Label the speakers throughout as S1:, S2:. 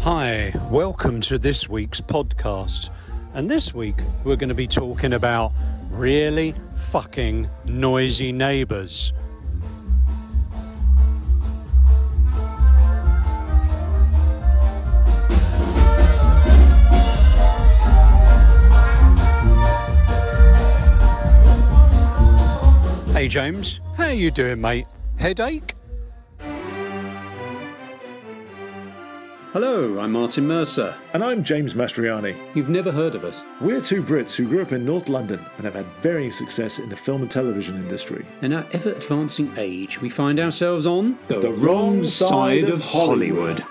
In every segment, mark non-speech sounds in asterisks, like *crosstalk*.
S1: Hi, welcome to this week's podcast. And this week we're going to be talking about really fucking noisy neighbours. Hey James, how you doing mate? Headache? Hello, I'm Martin Mercer.
S2: And I'm James Mastriani.
S1: You've never heard of us.
S2: We're two Brits who grew up in North London and have had varying success in the film and television industry.
S1: In our ever advancing age, we find ourselves on
S2: The wrong side of Hollywood.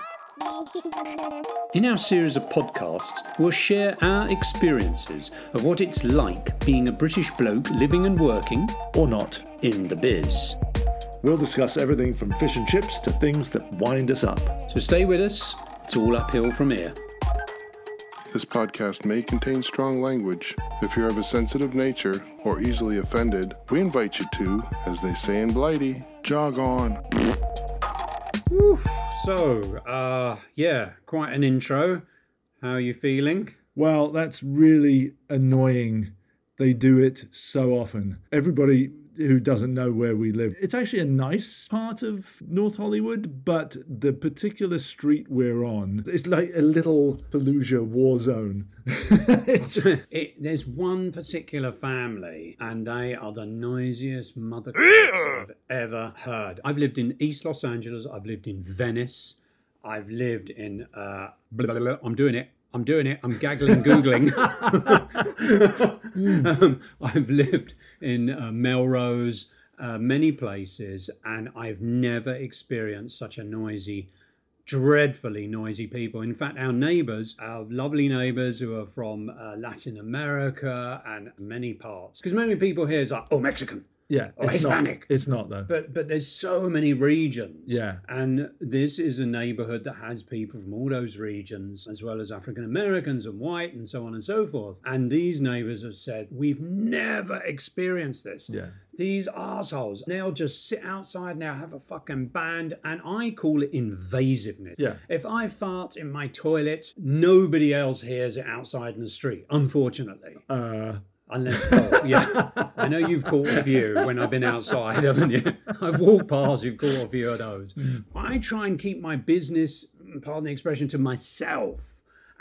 S1: In our series of podcasts, we'll share our experiences of what it's like being a British bloke living and working
S2: Or not.
S1: in the biz.
S2: We'll discuss everything from fish and chips to things that wind us up.
S1: So stay with us, it's all uphill from here.
S3: This podcast may contain strong language. If you're of a sensitive nature or easily offended, we invite you to, as they say in Blighty, jog on.
S1: So, uh, yeah, quite an intro. How are you feeling?
S2: Well, that's really annoying. They do it so often. Everybody who doesn't know where we live. It's actually a nice part of North Hollywood, but the particular street we're on, it's like a little Fallujah war zone. *laughs* it's just
S4: It, there's one particular family, and they are the noisiest motherfuckers I've ever heard. I've lived in East Los Angeles. I've lived in Venice. I've lived in. Uh, blah, blah, blah. I'm doing it. I'm doing it. I'm gaggling, googling. *laughs* um, I've lived in uh, Melrose, uh, many places, and I've never experienced such a noisy dreadfully noisy people. In fact, our neighbours, our lovely neighbours who are from uh, Latin America and many parts, because many people here is like, oh, Mexican.
S2: yeah,
S4: Oh,
S2: it's not.
S4: Hispanic.
S2: It's not though.
S4: But but there's so many regions.
S2: Yeah.
S4: And this is a neighborhood that has people from all those regions, as well as African Americans and white and so on and so forth. And these neighbors have said, We've never experienced this.
S2: Yeah.
S4: These assholes, they'll just sit outside now, have a fucking band, and I call it invasiveness.
S2: Yeah.
S4: If I fart in my toilet, nobody else hears it outside in the street, unfortunately.
S2: Uh,
S4: Unless, oh, yeah. I know you've caught a few when I've been outside, haven't you? I've walked past, you've caught a few of those. I try and keep my business, pardon the expression, to myself.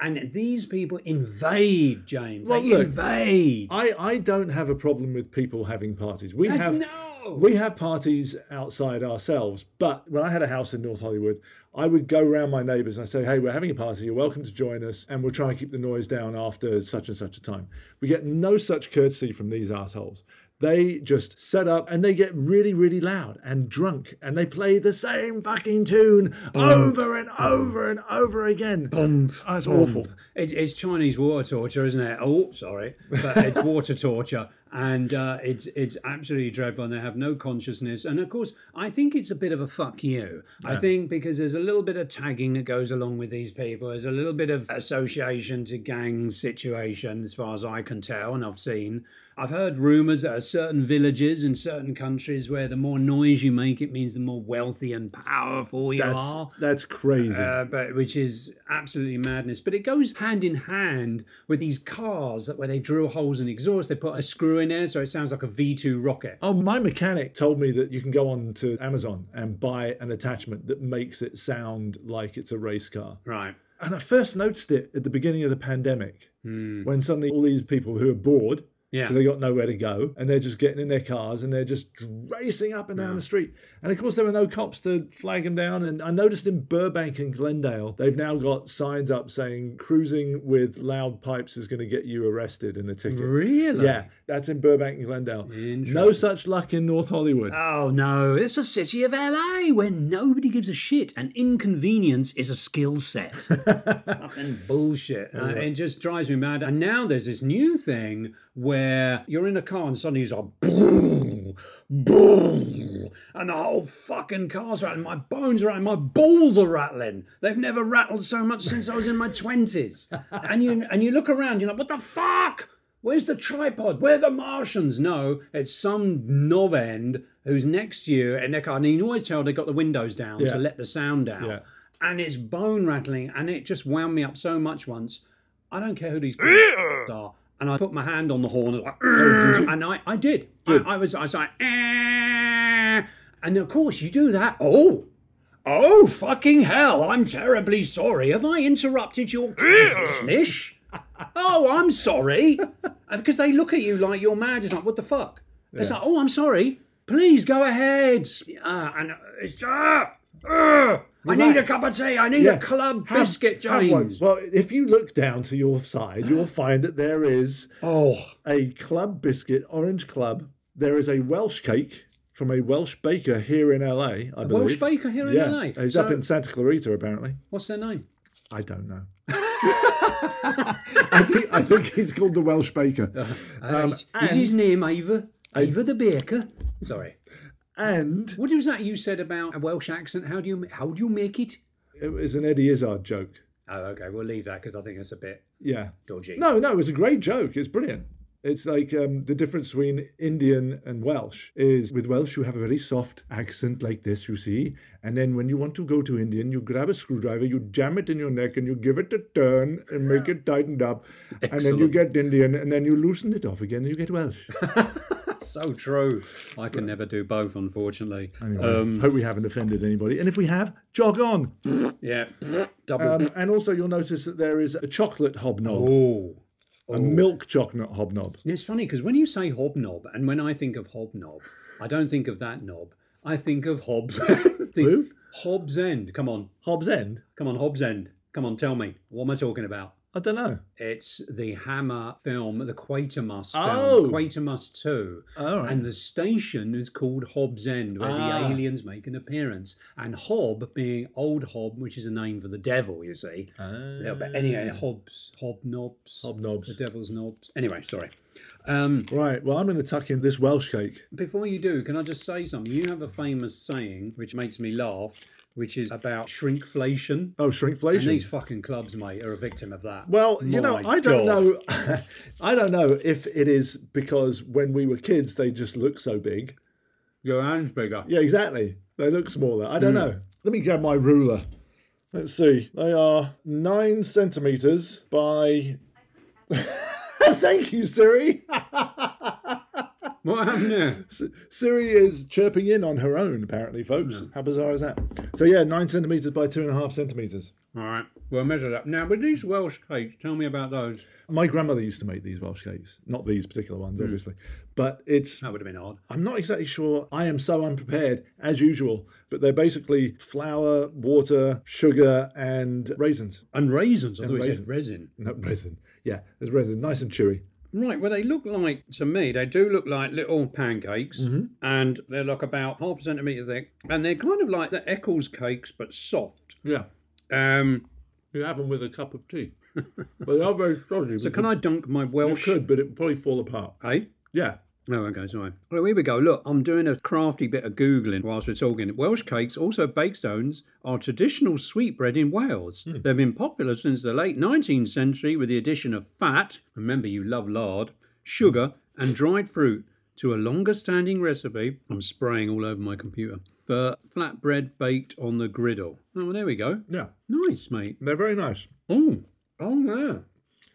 S4: And these people invade, James.
S2: Well,
S4: they
S2: look,
S4: invade.
S2: I, I don't have a problem with people having parties. We
S4: Yes,
S2: have
S4: no.
S2: we have parties outside ourselves. But when I had a house in North Hollywood, I would go round my neighbours and I say, "Hey, we're having a party. You're welcome to join us, and we'll try and keep the noise down after such and such a time." We get no such courtesy from these assholes. They just set up and they get really, really loud and drunk and they play the same fucking tune over and over and over again. Oh, it's awful.
S4: It's, it's Chinese water torture, isn't it? Oh, sorry, but it's water torture, and uh, it's it's absolutely dreadful. And they have no consciousness, and of course, I think it's a bit of a fuck you. I think because there's a little bit of tagging that goes along with these people. There's a little bit of association to gang situation, as far as I can tell, and I've seen. I've heard rumours that there are certain villages in certain countries where the more noise you make, it means the more wealthy and powerful you
S2: That's
S4: are
S2: that's crazy.
S4: uh, but which is absolutely madness. But it goes hand in hand with these cars that where they drill holes in the exhaust, they put a screw in there, so it sounds like a V two rocket.
S2: Oh, my mechanic told me that you can go on to Amazon and buy an attachment that makes it sound like it's a race car.
S4: Right.
S2: And I first noticed it at the beginning of the pandemic when suddenly all these people who are bored
S4: Yeah.
S2: because they got nowhere to go and they're just getting in their cars and they're just racing up and down the street. And of course, there were no cops to flag them down. And I noticed in Burbank and Glendale, they've now got signs up saying cruising with loud pipes is going to get you arrested and a ticket.
S4: Really?
S2: Yeah, that's in Burbank and Glendale. No
S4: Interesting.
S2: such luck in North Hollywood.
S4: Oh no, it's a city of LA where nobody gives a shit and inconvenience is a skill set. Fucking bullshit. Uh, it just drives me mad. And now there's this new thing where you're in a car and suddenly it's like boom, boom, and the whole fucking car's rattling. My bones are rattling. My balls are rattling. They've never rattled so much since I was in my twenties. And you and you look around, you're like, what the fuck? Where's the tripod? Where are the Martians? No, it's some knob end who's next to you in their car. And you can always tell they got the windows down
S2: Yeah.
S4: to let the sound out.
S2: Yeah.
S4: and it's bone rattling, and it just wound me up so much once. I don't care who these people are. And I put my hand on the horn, and, like, and I, I did. I,
S2: Oh, Good.
S4: I was, I was like, "Eh." and of course you do that. Oh, oh, fucking hell! I'm terribly sorry. Have I interrupted your consciousness? oh, I'm sorry. And because they look at you like you're mad. It's like, what the fuck? It's like, oh, I'm sorry. Please go ahead. Uh, and it's uh, uh, I need a
S2: Relax.
S4: cup of tea. I need
S2: Yeah.
S4: a club
S2: Have-
S4: biscuit,
S2: have one.
S4: James.
S2: Well, if you look down to your side, you'll find that there is
S4: Oh,
S2: a club biscuit, orange club. There is a Welsh cake from a Welsh baker here in LA, I believe.
S4: Welsh baker here in
S2: yeah.
S4: LA.
S2: He's up
S4: So-
S2: in Santa Clarita, apparently.
S4: What's their name?
S2: I
S4: *laughs*
S2: don't know. I think I think he's called the Welsh baker.
S4: *laughs* Uh,
S2: Um,
S4: is- is his name Ivor? Ivor the Baker. Sorry.
S2: And
S4: What was that you said about a Welsh accent? How do you how do you make it?
S2: it was an Eddie Izzard joke.
S4: Oh, okay. We'll leave that because I think it's a bit
S2: Yeah.
S4: dodgy.
S2: No, no, it was a great joke. It's brilliant. It's like um, the difference between Indian and Welsh is with Welsh, you have a very soft accent like this, you see. And then when you want to go to Indian, you grab a screwdriver, you jam it in your neck, and you give it a turn and make it tightened up. And then you
S4: Excellent.
S2: get Indian, and then you loosen it off again, and you get Welsh.
S4: So true. I can never do both, unfortunately.
S2: Anyway,
S4: Um,
S2: hope we haven't offended anybody. And if we have, jog on.
S4: Yeah. *laughs* Double.
S2: Um, and also, you'll notice that there is a chocolate hobnob,
S4: oh.
S2: a milk chocolate hobnob.
S4: And it's funny because when you say hobnob, and when I think of hobnob, I don't think of that knob. I think of Hobbs. *laughs* think
S2: Who?
S4: Hobbs End. Come on,
S2: Hobbs End?
S4: come on, Hobbs End. Come on, tell me what am I talking about?
S2: I don't know.
S4: It's the Hammer film, the Quatermass
S2: Oh.
S4: film, Quatermass Two,
S2: All right.
S4: and the station is called Hobbs End, where
S2: Ah.
S4: the aliens make an appearance. And Hob being old Hob, which is a name for the devil, you see. A
S2: Oh,
S4: little bit. Anyway,
S2: Ah.
S4: Hobbs, Hobnobs,
S2: Hobnobs.
S4: the devil's knobs. Anyway, sorry. Um,
S2: Right. Well, I'm going to tuck in this Welsh cake.
S4: Before you do, can I just say something? You have a famous saying which makes me laugh, which is about shrinkflation.
S2: Oh,
S4: And these
S2: shrinkflation.
S4: fucking clubs, mate, are a victim of that.
S2: Well, you know,
S4: My
S2: I don't
S4: God.
S2: know. *laughs* I don't know if it is because when we were kids, they just looked so big.
S4: Your hand's bigger.
S2: Yeah, exactly. They look smaller. I
S4: Hmm.
S2: don't know. Let me grab my ruler. Let's see. They are nine centimeters by. *laughs* Thank you, Siri. *laughs*
S4: What happened there?
S2: Siri is chirping in on her own, apparently, folks. How bizarre is that? So, yeah, nine centimeters by two and a half centimeters.
S4: All right, we'll measure that. Now, with these Welsh cakes, tell me about those.
S2: My grandmother used to make these Welsh cakes, not these particular ones, obviously. But it's,
S4: That would have been odd.
S2: I'm not exactly sure. I am so unprepared, as usual. But they're basically flour, water, sugar, and raisins.
S4: And raisins, I thought you
S2: raisin.
S4: said resin.
S2: No, *laughs* resin. Yeah, there's resin. Nice and chewy.
S4: Right, well, they look like, to me, they do look like little pancakes,
S2: Mm-hmm.
S4: and they're like about half a centimetre thick, and they're kind of like the Eccles cakes, but soft.
S2: Yeah.
S4: Um,
S2: You have them with a cup of *laughs* tea. but they are very stodgy.
S4: so, can I dunk my Welsh?
S2: but it would probably fall apart.
S4: Hey?
S2: Yeah.
S4: Oh, okay, sorry. Well, here we go. Look, I'm doing a crafty bit of Googling whilst we're talking. Welsh cakes, also bakestones, are traditional sweetbread in Wales. They've been popular since the late 19th century with the addition of fat, remember you love lard, sugar, and dried fruit to a longer standing recipe. I'm spraying all over my computer. For flatbread baked on the griddle. Oh, well, there we go.
S2: Yeah.
S4: Nice, mate.
S2: They're very nice.
S4: Oh, oh, yeah.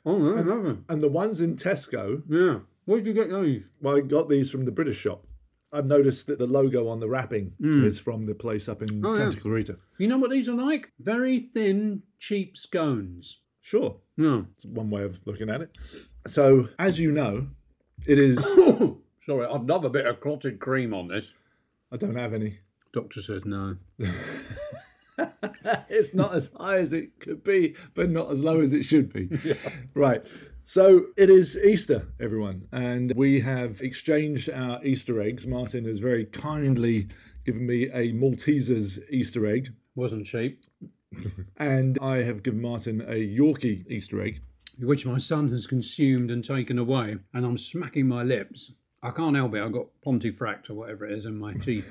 S4: Oh, yeah, lovely.
S2: And the ones in Tesco,
S4: Yeah. Where'd you get those?
S2: Well, I got these from the British shop. I've noticed that the logo on the wrapping is from the place up in
S4: Hmm. Oh,
S2: Santa
S4: yeah.
S2: Clarita.
S4: You know what these are like? Very thin, cheap scones.
S2: Sure,
S4: No.
S2: it's one way of looking at it. So, as you know, it is.
S4: *coughs* Sorry, I'd love a bit of clotted cream on this.
S2: I don't have any. *laughs*
S4: Doctor says no.
S2: It's not as high as it could be, but not as low as it
S4: *laughs*
S2: should be. Right. So it is Easter, everyone, and we have exchanged our Easter eggs. Martin has very kindly given me a Maltesers Easter egg,
S4: Wasn't cheap.
S2: and I have given Martin a Yorkie Easter egg.
S4: Which my son has consumed and taken away, and I'm smacking my lips. I can't help it, I've got pontifract or whatever it is in my
S2: *laughs*
S4: teeth.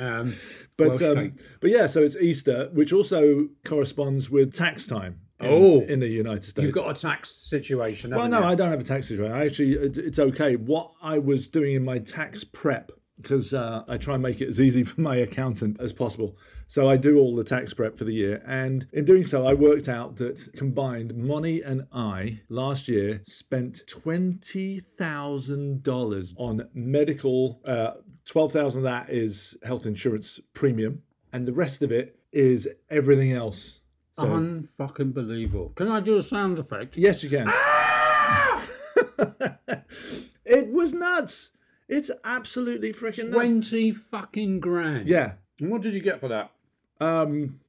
S4: um,
S2: But
S4: Welsh
S2: um,
S4: cake.
S2: but yeah, so it's Easter, which also corresponds with tax time. In,
S4: Oh.
S2: in the United States.
S4: You've got a tax situation.
S2: well,
S4: haven't
S2: no,
S4: you?
S2: I don't have a tax situation. I actually, it, it's okay. What I was doing in my tax prep because uh, I try and make it as easy *laughs* for my accountant as possible. So I do all the tax prep for the year. And in doing so, I worked out that combined, Money and I last year spent $20,000 on medical. Uh, 12,000 of that is health insurance premium, and the rest of it is everything else. So,
S4: Unfucking believable. Can I do a sound effect?
S2: yes, you can. *laughs* it was nuts. It's absolutely freaking nuts.
S4: Twenty fucking grand.
S2: yeah. *laughs*
S4: And what did you get for that?
S2: Um,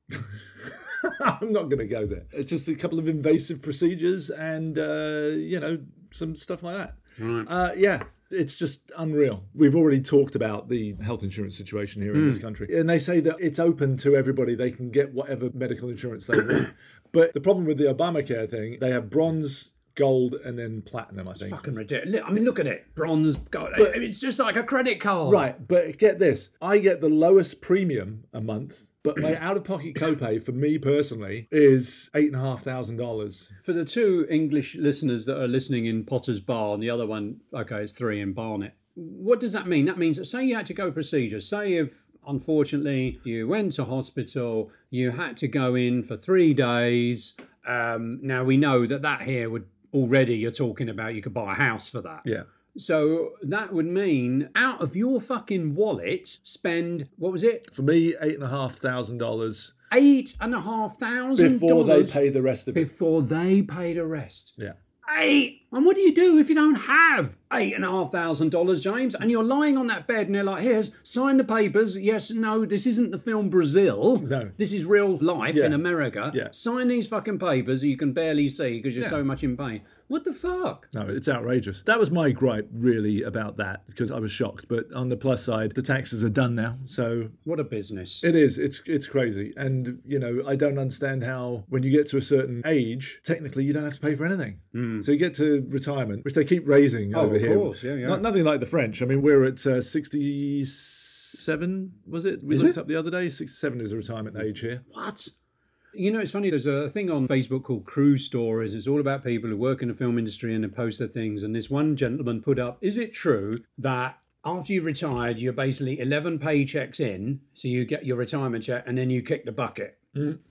S2: I'm not going to go there. It's just a couple of invasive procedures and, uh, you know, some stuff like that.
S4: Right.
S2: Uh, yeah, it's just unreal. We've already talked about the health insurance situation here in this country. And they say that it's open to everybody, they can get whatever medical insurance they *coughs* want. But the problem with the Obamacare thing, they have bronze, gold, and then platinum, I think.
S4: fucking ridiculous. Look- I mean, look at it. Bronze. Gold. it's just like a credit card.
S2: Right, but get this. I get the lowest premium a month, but *clears throat* my out of pocket copay for me personally is eight and a half thousand dollars.
S4: For the two English listeners that are listening in Potter's Bar and the other one, okay, it's three in Barnet. What does that mean? That means that say you had to go procedure. Say if unfortunately you went to hospital, you had to go in for three days. Um, now we know that that here would already you're talking about you could buy a house for that.
S2: Yeah.
S4: So that would mean out of your fucking wallet, spend what was it?
S2: For me, eight and a half thousand dollars
S4: Eight and a half thousand
S2: before they
S4: dollars
S2: pay the rest of it.
S4: before they paid the rest.
S2: Yeah.
S4: Eight. And what do you do if you don't have eight and a half thousand dollars, James? And you're lying on that bed and they're like, here's, sign the papers. Yes, no, this isn't the film Brazil.
S2: No.
S4: This is real life in
S2: Yeah.
S4: America.
S2: Yeah.
S4: Sign these fucking papers that you can barely see because you're so much in pain. What the fuck?
S2: No, it's outrageous. That was my gripe really about that because I was shocked. But on the plus side, the taxes are done now, so
S4: What a business.
S2: It is. It's it's crazy, and you know I don't understand how when you get to a certain age, technically you don't have to pay for anything. So you get to retirement, which they keep raising
S4: Hmm.
S2: over
S4: Oh, of
S2: here.
S4: course. Yeah, yeah.
S2: Not, nothing like the French. I mean, we're at uh, sixty-seven. Was it? We
S4: Is
S2: looked
S4: it?
S2: up the other day. Sixty-seven is the retirement age here.
S4: What? You know, it's funny. There's a thing on Facebook called Crew Stories. It's all about people who work in the film industry and they post their things. And this one gentleman put up, "Is it true that after you retired, you're basically 11 paychecks in, so you get your retirement check, and then you kick the bucket?"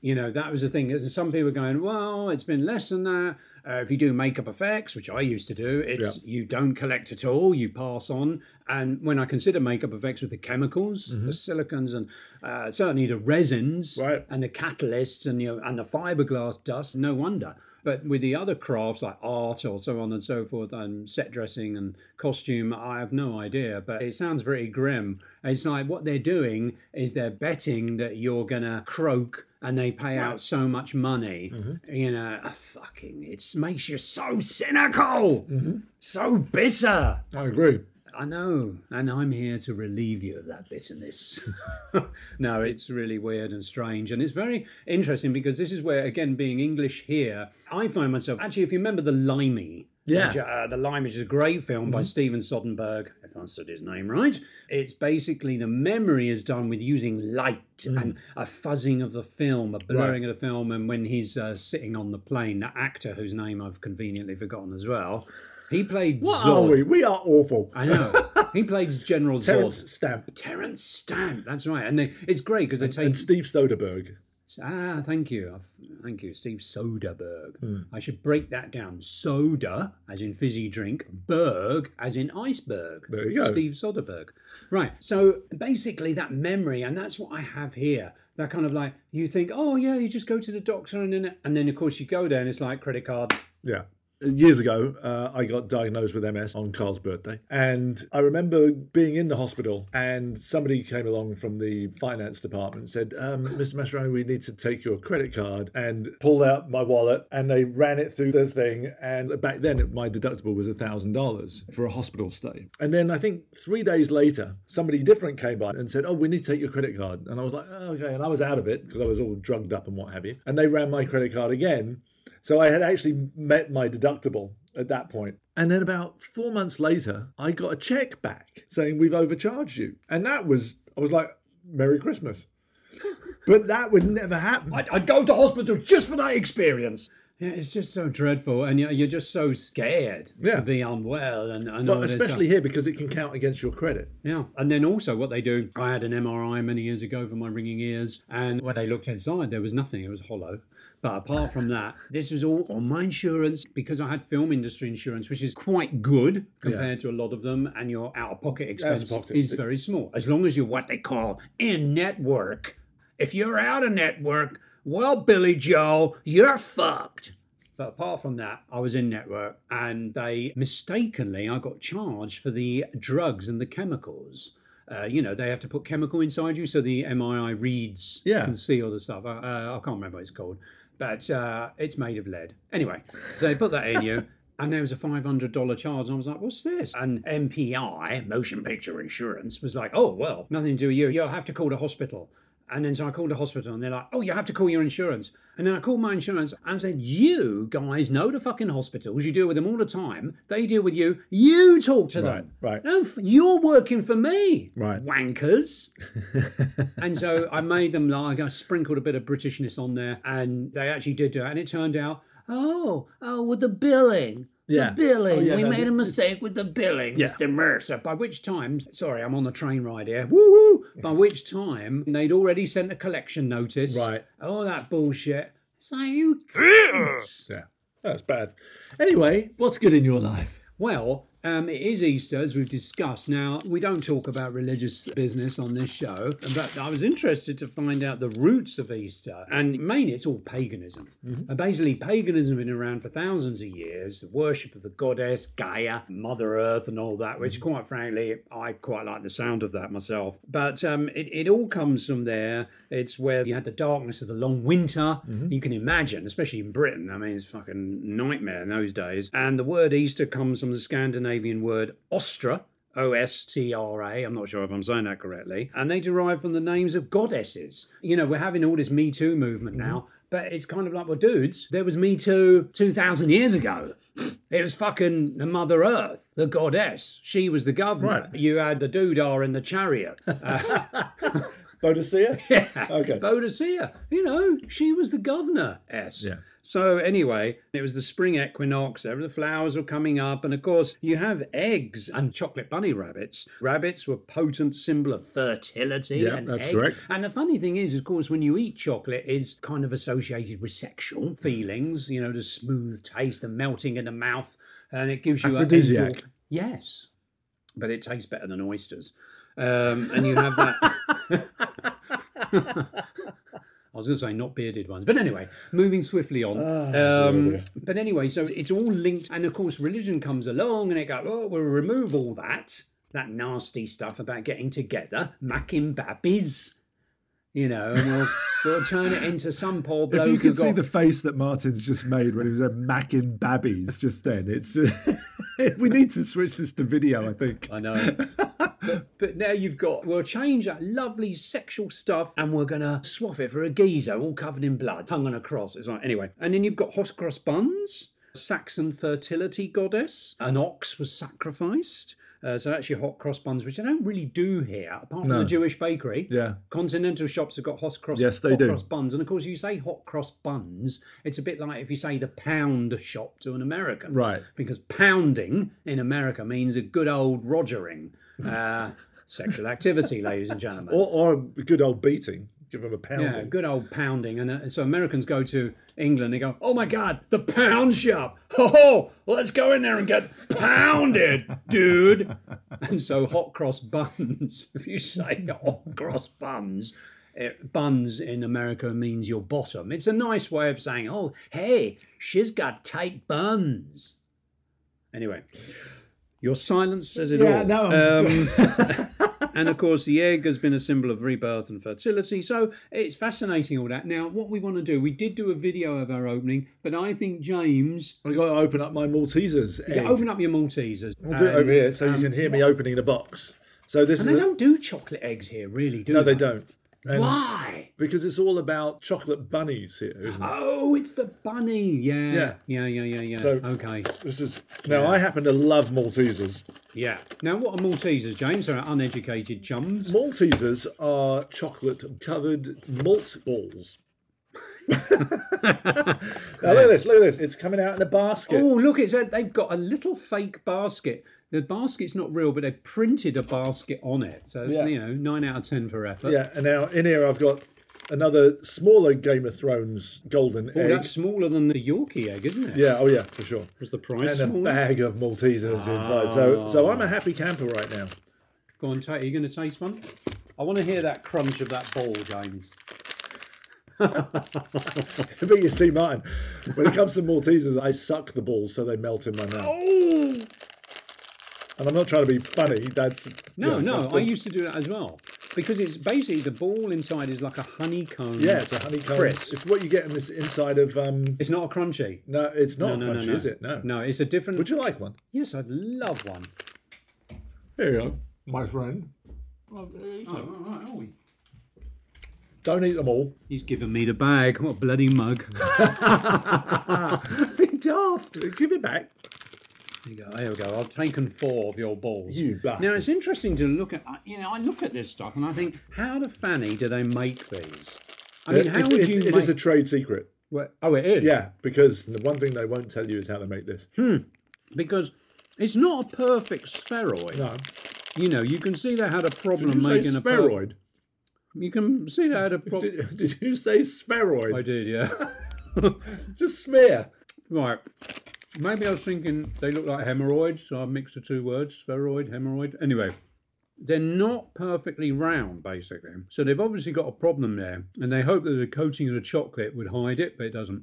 S4: You know, that was the thing. There's Some people going, "Well, it's been less than that." Uh, if you do makeup effects, which I used to do, it's you don't collect at all. You pass on. And when I consider makeup effects with the chemicals, the silicons, and uh, certainly the resins,
S2: Right.
S4: and the catalysts and the, and the fiberglass dust, no wonder. But with the other crafts like art or so on and so forth, and set dressing and costume, I have no idea. But it sounds pretty grim. It's like what they're doing is they're betting that you're gonna croak, and they pay out so much money. You know, ah, fucking, it makes you so cynical, so bitter.
S2: I agree.
S4: I know, and I'm here to relieve you of that bitterness. *laughs* no, it's really weird and strange, and it's very interesting because this is where, again, being English here, I find myself actually. If you remember the Limey,
S2: Yeah. Mm-hmm.
S4: which, uh, the Limey is a great film by Steven Soderbergh, if I said his name right. It's basically the memory is done with using light
S2: Mm.
S4: and a fuzzing of the film, a blurring of the film, and when he's uh, sitting on the plane, the actor whose name I've conveniently forgotten as well. He played
S2: What
S4: Zod.
S2: are we? We are awful.
S4: I
S2: *laughs*
S4: know. he played General Zod.
S2: Terence Stamp
S4: Terrence Stamp. That's right. And they, it's great because they take.
S2: and Steve Soderbergh.
S4: ah, thank you. I've- Thank you. Steve Soderbergh.
S2: Hmm.
S4: I should break that down. Soda, as in fizzy drink, berg, as in iceberg.
S2: There you go.
S4: Steve Soderbergh. Right. So basically, that memory, and that's what I have here. That kind of like, you think, oh, yeah, you just go to the doctor, and then, and then of course, you go there, and it's like credit card.
S2: Yeah. Years ago, uh, I got diagnosed with MS on Carl's birthday. And I remember being in the hospital, and somebody came along from the finance department and said, um, Mr. Mascheroni, we need to take your credit card and pulled out my wallet. And they ran it through the thing. And back then, it- my deductible was $1,000 for a hospital stay. And then I think three days later, somebody different came by and said, Oh, we need to take your credit card. And I was like, oh, Okay. And I was out of it because I was all drugged up and what have you. And they ran my credit card again. So I had actually met my deductible at that point. And then about four months later, I got a check back saying we've overcharged you. And that was, I was like, Merry *laughs* Christmas. but that would never happen.
S4: I'd, I'd go to hospital just for that experience. Yeah, it's just so dreadful, and you're you're just so scared
S2: Yeah.
S4: to be unwell, and, and all
S2: Well,
S4: this stuff.
S2: especially here because it can count against your credit.
S4: Yeah. And then also what they do, I had an MRI many years ago for my ringing ears, and when they looked inside, there was nothing. It was hollow. But apart *laughs* from that, this was all on my insurance because I had film industry insurance, which is quite good compared to a lot of them, and your out of pocket expense
S2: Out-of-pocket.
S4: is very small. As long as you're what they call in network. If you're out of network, well, Billy Joel, you're fucked. But apart from that, I was in network and they mistakenly, I got charged for the drugs and the chemicals. Uh, you know, they have to put chemical inside you so the MRI reads
S2: Yeah.
S4: and see all the stuff. I, uh, I can't remember what it's called, but uh, it's made of lead. Anyway, they put that in you. And there was a $500 charge, and I was like, what's this? And MPI, Motion Picture Insurance, was like, oh, well, nothing to do with you. You'll have to call the hospital. And then so I called the hospital and they're like, oh, you have to call your insurance. And then I called my insurance and said, you guys know the fucking hospitals. You deal with them all the time. They deal with you. You talk to them.
S2: Right.
S4: No, f- you're working for me.
S2: Right. *laughs*
S4: Wankers. and so I made them like, I sprinkled a bit of Britishness on there and they actually did do it. And it turned out, oh, oh, with the billing.
S2: Yeah.
S4: The billing.
S2: Oh, yeah,
S4: we
S2: no,
S4: made a
S2: it-
S4: mistake with the billing,
S2: Yeah.
S4: Mr. Mercer. By which time, sorry, I'm on the train ride here. Woo woo. By which time, they'd already sent a collection notice.
S2: Right.
S4: All that bullshit. So you cunts.
S2: Yeah. That's bad. Anyway, what's good in your life?
S4: Well, um, it is Easter, as we've discussed. Now, we don't talk about religious business on this show, but I was interested to find out the roots of Easter. And mainly, it's all paganism. And basically, paganism has been around for thousands of years the worship of the goddess Gaia, Mother Earth, and all that, which, quite frankly, I quite like the sound of that myself. But um, it, it all comes from there. It's where you had the darkness of the long winter. You can imagine, especially in Britain. I mean, it's fucking nightmare in those days. And the word Easter comes from the Scandinavian word ostra. O S T R A. I'm not sure if I'm saying that correctly. And they derive from the names of goddesses. You know, we're having all this Me Too movement now, but it's kind of like, well, dudes, there was Me Too 2,000 years ago. *laughs* It was fucking the Mother Earth, the goddess. She was the governor.
S2: Right.
S4: You had the doodah in the chariot.
S2: *laughs* Bodicea?
S4: Yeah.
S2: Okay.
S4: Boadicea. You know, she was the governor. S.
S2: Yeah.
S4: So anyway, it was the spring equinox. there were The flowers were coming up, and of course, you have eggs and chocolate bunny rabbits. Rabbits were potent symbol of fertility.
S2: Yeah,
S4: and
S2: that's
S4: egg.
S2: correct.
S4: And the funny thing is, of course, when you eat chocolate, it's kind of associated with
S2: Mm.
S4: sexual feelings. You know, the smooth taste, the melting in the mouth, and it gives you a-
S2: Aphrodisiac.
S4: yes, but it tastes better than oysters. Um, and you have that.
S5: *laughs*
S4: I was going to say not bearded ones, but anyway, moving swiftly
S5: Ah,
S4: on. um, but anyway, so it's all linked, and of course, religion comes along, and it goes, "Oh, we'll remove all that that nasty stuff about getting together, macking babbies, you know, and we'll, we'll turn it into some poor bloke
S5: If you
S4: who
S5: could see
S4: got-
S5: the face that Martin's just made when he was at Mackin Babbies just then, it's *laughs* just, we need to switch this to video. I think. *laughs*
S4: I know. but, but now you've got, we'll change that lovely sexual stuff and we're going to swap it for a geezer all covered in blood, hung on a cross. It's like, anyway. And then you've got hot cross buns, Saxon fertility goddess. An ox was sacrificed. Uh, so actually hot cross buns, which I don't really do here, apart from the Jewish bakery.
S5: Yeah.
S4: Continental shops have got hot cross.
S5: Yes, they
S4: hot
S5: do.
S4: Cross buns, and of course, you say hot cross buns. It's a bit like if you say the pound shop to an American,
S5: Right.
S4: Because pounding in America means a good old rogering, uh, sexual activity, ladies and gentlemen.
S2: Or, or a good old beating. Give them a pound.
S4: yeah, good old pounding. And uh, so Americans go to England, they go, oh my God, the pound shop. Oh, let's go in there and get pounded, dude. And so hot cross buns, *laughs* if you say hot cross buns, it, buns in America means your bottom. It's a nice way of saying, oh, hey, she's got tight buns. Anyway, your silence says it
S5: Yeah,
S4: all.
S5: no, I'm
S4: Um, *laughs* and of course, the egg has been a symbol of rebirth and fertility. So it's fascinating all that. Now, what we want to do, we did do a video of our opening, but I think James,
S2: I've got to open up my Maltesers.
S4: yeah,
S2: egg.
S4: open up your Maltesers.
S2: I'll do it over here so
S4: um,
S2: you can hear me opening the box. So this
S4: And
S2: is.
S4: they
S2: a-
S4: don't do chocolate eggs here, really, do
S2: no,
S4: they?
S2: they don't. And-
S4: Why?
S2: Because it's all about chocolate bunnies here, isn't it?
S4: Oh, it's the bunny. Yeah.
S2: Yeah.
S4: Yeah, yeah, yeah, yeah.
S2: So-
S4: okay.
S2: This is now. I happen to love Maltesers.
S4: Yeah. Now, what are Maltesers, James? They're uneducated chums.
S2: Maltesers are chocolate covered malt balls. *laughs* Now look at this, look at this. It's coming out in a basket.
S4: Oh, look, it's a, they've got a little fake basket. The basket's not real, but they printed a basket on it. So, it's,
S2: Yeah.
S4: you know, nine out of 10 for effort.
S2: Yeah, and now in here I've got another smaller Game of Thrones golden
S4: Oh,
S2: egg.
S4: that's smaller than the Yorkie egg, isn't it?
S2: Yeah, oh yeah, for sure.
S4: Was the price
S2: And a
S4: smaller?
S2: bag of Maltesers inside. So so
S4: Ah.
S2: I'm a happy camper right now. *laughs*
S4: Go on, ta- are you going to taste one? I want to hear that crunch of that ball, James.
S2: I think you see mine. When it comes to Maltesers, I suck the balls so they melt in my mouth.
S4: Oh.
S2: And I'm not trying to be funny. That's
S4: No,
S2: yeah,
S4: no,
S2: that's the-
S4: I used to do that as well. Because it's basically the ball inside is like a honeycomb.
S2: yeah, it's a honeycomb.
S4: Crisp.
S2: It's what you get in this inside of um.
S4: It's not a crunchy.
S2: No, it's
S4: No,
S2: not
S4: no,
S2: much,
S4: no, no.
S2: is it? No.
S4: No, it's a different.
S2: Would you like one?
S4: Yes, I'd love one.
S2: Here you go, my friend.
S4: Oh, all right, oh,
S2: Don't eat them all.
S4: he's given me the bag. What a bloody
S2: *laughs*
S4: mug.
S2: Big daft. Give it back.
S4: There you go. There we go. I've taken four of your balls.
S2: You bastard.
S4: Now it's interesting to look at. I- You know, I look at this stuff and I think, how the fanny do they make these? I mean, how
S2: It's-
S4: would
S2: it's-
S4: you
S2: It
S4: make?
S2: is a trade secret.
S4: Well, oh, it is.
S2: Yeah, because the one thing they won't tell you is how they make this.
S4: Hmm. Because it's not a perfect spheroid.
S2: No,
S4: You know, you can see they had a problem
S2: did you
S4: making
S2: say
S4: a per-
S2: spheroid?
S4: You can see they had a problem.
S2: Did, did you say
S4: *laughs*
S2: spheroid?
S4: I did, yeah.
S2: Just smear.
S4: right. Maybe I was thinking they look like hemorrhoids, so I mixed the two words, spheroid, hemorrhoid. Anyway, they're not perfectly round, basically. So they've obviously got a problem there, and they hope that the coating of the chocolate would hide it, but it doesn't.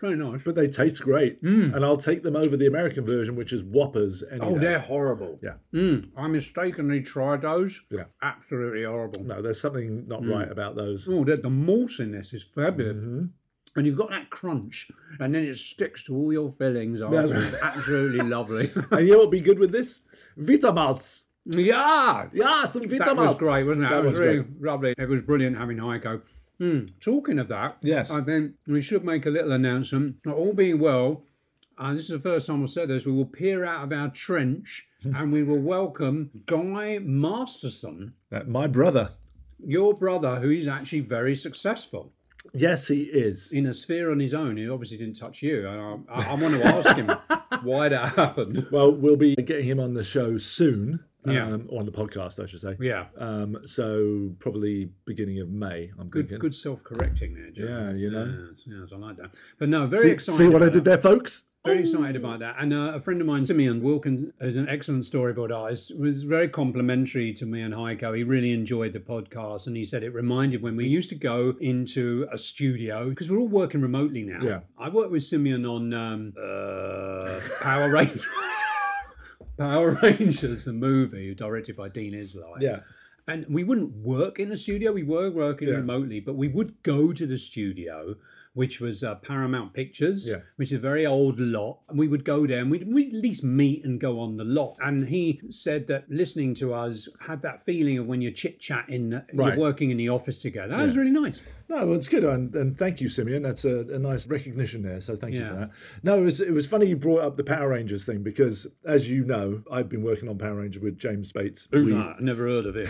S4: Very nice.
S2: But they taste great, and I'll take them over the American version, which is Whoppers. Any
S4: Oh,
S2: day.
S4: they're horrible.
S2: Yeah.
S4: Mm, I mistakenly tried those.
S2: Yeah.
S4: Absolutely horrible.
S2: No, there's something not right about those.
S4: Oh, the, the malt in this is fabulous. And you've got that crunch, and then it sticks to all your fillings.
S2: That's
S4: afterwards. *laughs* Absolutely lovely. *laughs*
S2: And you know what would be good with this? Vitamals.
S4: yeah,
S2: Yeah, some
S4: that was
S2: Vitamals.
S4: great, wasn't it?
S2: That
S4: it was,
S2: was
S4: really lovely. It was brilliant having Heiko. Hmm, Talking of that,
S2: Yes.
S4: I think we should make a little announcement. All being well, and this is the first time I've said this, we will peer out of our
S2: *laughs*
S4: trench and we will welcome Guy Masterson,
S2: Uh, my brother.
S4: your brother, who is actually very successful.
S2: Yes, he is.
S4: in a sphere on his own. He obviously didn't touch you. And I, I, I want to ask
S2: *laughs*
S4: him why that happened.
S2: Well, we'll be getting him on the show soon.
S4: Yeah.
S2: Um, or on the podcast, I should say.
S4: Yeah.
S2: Um, so probably beginning of May, I'm thinking.
S4: Good, good self-correcting there, Jim.
S2: Yeah, you know.
S4: Yes, yes, I like that. But no, very
S2: See,
S4: excited.
S2: see what I
S4: about
S2: did
S4: that.
S2: there, folks?
S4: Very excited about that. And uh, a friend of mine, Simeon Wilkins, who's an excellent storyboard artist, was very complimentary to me and Heiko. He really enjoyed the podcast and he said it reminded when we used to go into a studio, because we're all working remotely now.
S2: Yeah.
S4: I worked with Simeon on um, uh, Power Rangers. *laughs* Power Rangers, the movie directed by Dean Isler.
S2: Yeah.
S4: And we wouldn't work in the studio. We were working
S2: Yeah.
S4: remotely, but we would go to the studio, which was uh, Paramount Pictures,
S2: Yeah.
S4: which is a very old lot. And we would go there and we'd, we'd at least meet and go on the lot. And he said that listening to us had that feeling of when you're chit chatting,
S2: Right.
S4: you're working in the office together. That was really nice.
S2: No, well, it's good, and, and thank you, Simeon. That's a, a nice recognition there. So thank you for
S4: Yeah.
S2: that. No, it was it was funny you brought up the Power Rangers thing because, as you know, I've been working on Power Rangers with James Bates.
S4: Who's
S2: We-
S4: that? Never heard of it.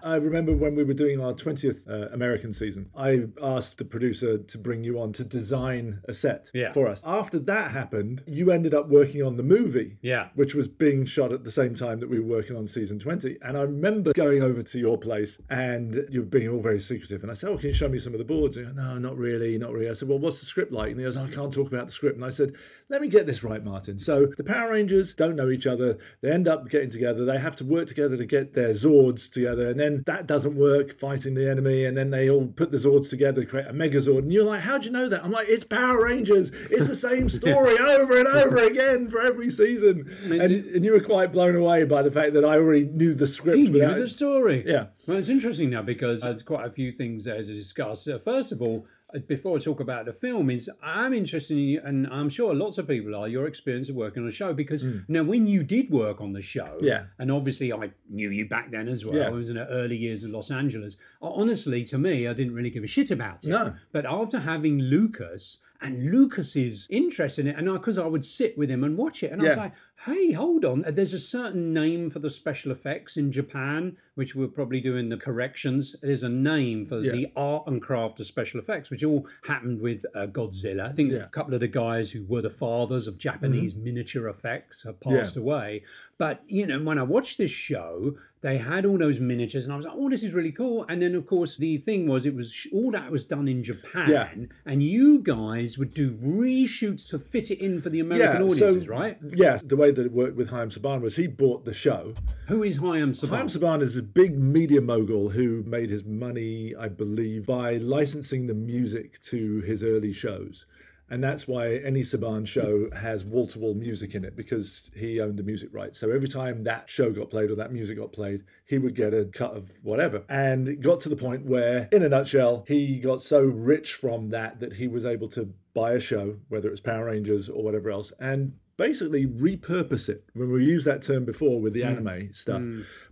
S2: I remember when we were doing our twentieth uh, American season, I asked the producer to bring you on to design a set
S4: Yeah.
S2: for us. After that happened, you ended up working on the movie.
S4: Yeah.
S2: which was being shot at the same time that we were working on season 20. And I remember going over to your place and you were being all very secretive. And I said, Oh, can you show me some of the boards? And you go, No, not really, not really. I said, Well, what's the script like? And he goes, I can't talk about the script. And I said, Let me get this right, Martin. So the Power Rangers don't know each other. They end up getting together. They have to work together to get their Zords together. And then that doesn't work, fighting the enemy. And then they all put the Zords together to create a Megazord. And you're like, How do you know that? I'm like, It's Power Rangers. It's the
S4: *laughs*
S2: same story over and over again for every season. And, and you were quite blown away by the fact that I already knew the script.
S4: He knew
S2: without-
S4: the story.
S2: Yeah.
S4: Well, it's interesting now because there's quite a few things there to discuss. Uh, first of all, uh, before I talk about the film, is I'm interested in you, and I'm sure lots of people are, your experience of working on a show. Because now, when you did work on the show,
S2: Hmm. Yeah.
S4: and obviously I knew you back then as well.
S2: Yeah.
S4: I was in the early years of Los Angeles. Uh, Honestly, to me, I didn't really give a shit about it.
S2: No.
S4: But after having Lucas and Lucas's interest in it, and because I, would sit with him and watch it, and I was
S2: Yeah.
S4: like, hey, hold on, uh, there's a certain name for the special effects in Japan, which we'll probably do in the corrections. There's a name for
S2: Yeah.
S4: the art and craft of special effects, which all happened with uh, Godzilla. I think
S2: Yeah. Mm-hmm.
S4: a couple of the guys who were the fathers of Japanese miniature effects have passed away. But, you know, when I watched this show, they had all those miniatures, and I was like, oh, this is really cool. And then, of course, the thing was, it was all that was done in Japan, and you guys would do reshoots to fit it in for the American audiences, right?
S2: Yes, the way that it worked with Haim Saban was he bought the show.
S4: Who is Hayam
S2: Haim
S4: Saban?
S2: Saban is a big media mogul who made his money, I believe, by licensing the music to his early shows. And that's why any Saban show has wall to wall music in it because he owned the music rights. So every time that show got played or that music got played, he would get a cut of whatever. And it got to the point where, in a nutshell, he got so rich from that that he was able to buy a show, whether it was Power Rangers or whatever else, and basically repurpose it. When we used that term before with the anime stuff,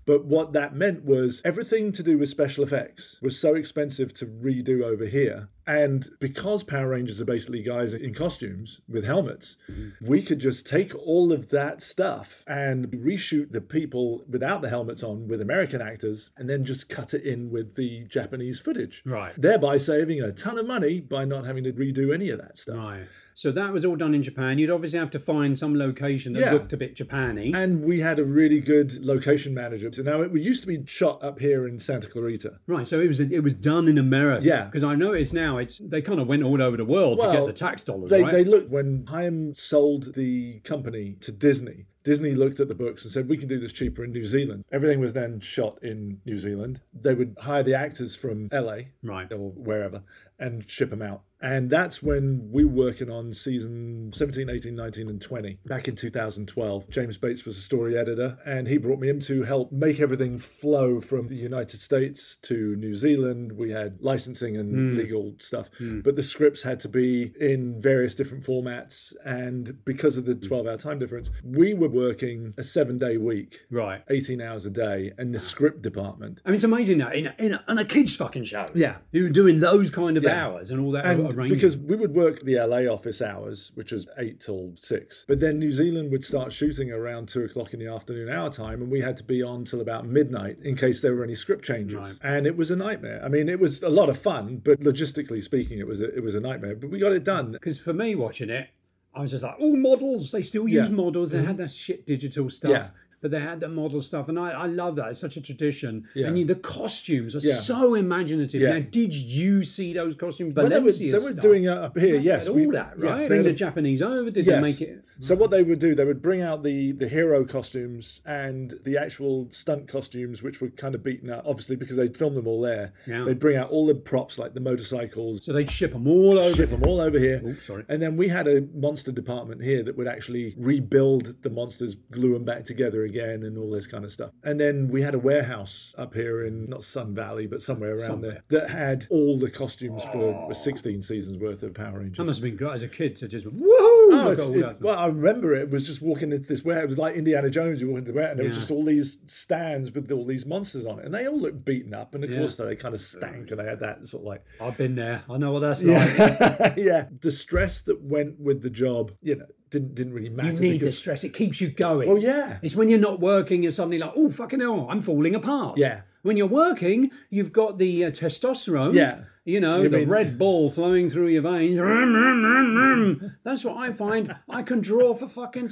S2: but what that meant was everything to do with special effects was so expensive to redo over here. And because Power Rangers are basically guys in costumes with helmets, we could just take all of that stuff and reshoot the people without the helmets on with American actors and then just cut it in with the Japanese footage.
S4: Right.
S2: Thereby saving a ton of money by not having to redo any of that stuff.
S4: Right. So that was all done in Japan. You'd obviously have to find some location that
S2: Yeah.
S4: looked a bit Japany.
S2: And we had a really good location manager. So now it we used to be shot up here in Santa Clarita.
S4: Right, so it was it was done in America.
S2: Yeah.
S4: because I noticed now it's they kind of went all over the world to
S2: Well,
S4: get the tax dollars,
S2: They,
S4: right?
S2: they looked when Haim sold the company to Disney. Disney looked at the books and said, "We can do this cheaper in New Zealand." Everything was then shot in New Zealand. They would hire the actors from LA
S4: right.
S2: or wherever and ship them out. And that's when we were working on season 17, 18, 19, and 20 back in 2012. James Bates was a story editor, and he brought me in to help make everything flow from the United States to New Zealand. We had licensing and legal stuff, but the scripts had to be in various different formats. And because of the 12 hour time difference, we were working a seven day week,
S4: Right.
S2: 18 hours a day, in the script department.
S4: I mean, it's amazing that in a, in a, on a kids fucking show,
S2: Yeah.
S4: you were doing those kind of hours and all that
S2: And
S4: arrangement.
S2: because we would work the LA office hours, which was eight till six, but then New Zealand would start shooting around two o'clock in the afternoon our time, and we had to be on till about midnight in case there were any script changes. And it was a nightmare. I mean, it was a lot of fun, but logistically speaking, it was a, it was a nightmare. But we got it done.
S4: because for me watching it, I was just like, oh, models. They still use
S2: Yeah. Mm-hmm.
S4: models. They had that shit digital stuff.
S2: Yeah.
S4: But they had the model stuff, and I, I love that. It's such a tradition.
S2: Yeah.
S4: And you, the costumes are
S2: Yeah.
S4: so imaginative.
S2: Yeah.
S4: Now, did you see those costumes?
S2: But they were,
S4: Valencia
S2: they were
S4: stuff.
S2: doing it up
S4: Must
S2: here,
S4: have
S2: yes.
S4: had
S2: we-
S4: all that,
S2: yes,
S4: right?
S2: they
S4: Bring
S2: had
S4: the
S2: a-
S4: Japanese over. Did they
S2: Yes.
S4: make it? Mm-hmm.
S2: So what they would do, they would bring out the the hero costumes and the actual stunt costumes, which were kind of beaten up, obviously because they'd filmed them all there.
S4: Yeah.
S2: They'd bring out all the props, like the motorcycles,
S4: So they'd ship them all over.
S2: ship them all over here.
S4: Oh, sorry.
S2: And then we had a monster department here that would actually rebuild the monsters, glue them back together again, and all this kind of stuff. And then we had a warehouse up here in not Sun Valley, but somewhere around there that had all the costumes for 16 seasons worth of Power Rangers.
S4: That must have been great as a kid to just woohoo! Oh,
S2: it's- it's- well, I remember it was just walking into this warehouse. It was like Indiana Jones. You walk into the warehouse, and there were
S4: Yeah.
S2: just all these stands with all these monsters on it, and they all looked beaten up. And of
S4: Yeah.
S2: course, they kind of stank, and they had that sort of like,
S4: I've been there. I know what that's
S2: *laughs*
S4: like.
S2: yeah, yeah. The stress that went with the job, you know, didn't didn't really matter.
S4: You need the
S2: because-
S4: stress. It keeps you going.
S2: Oh yeah,
S4: It's when you're not working, you're suddenly like, oh, fucking hell, I'm falling apart.
S2: Yeah.
S4: When you're working, you've got the uh, testosterone.
S2: Yeah.
S4: You know, the
S2: mean-
S4: red ball flowing through your veins. Rum, rum, rum, rum. That's what I find. I can draw for fucking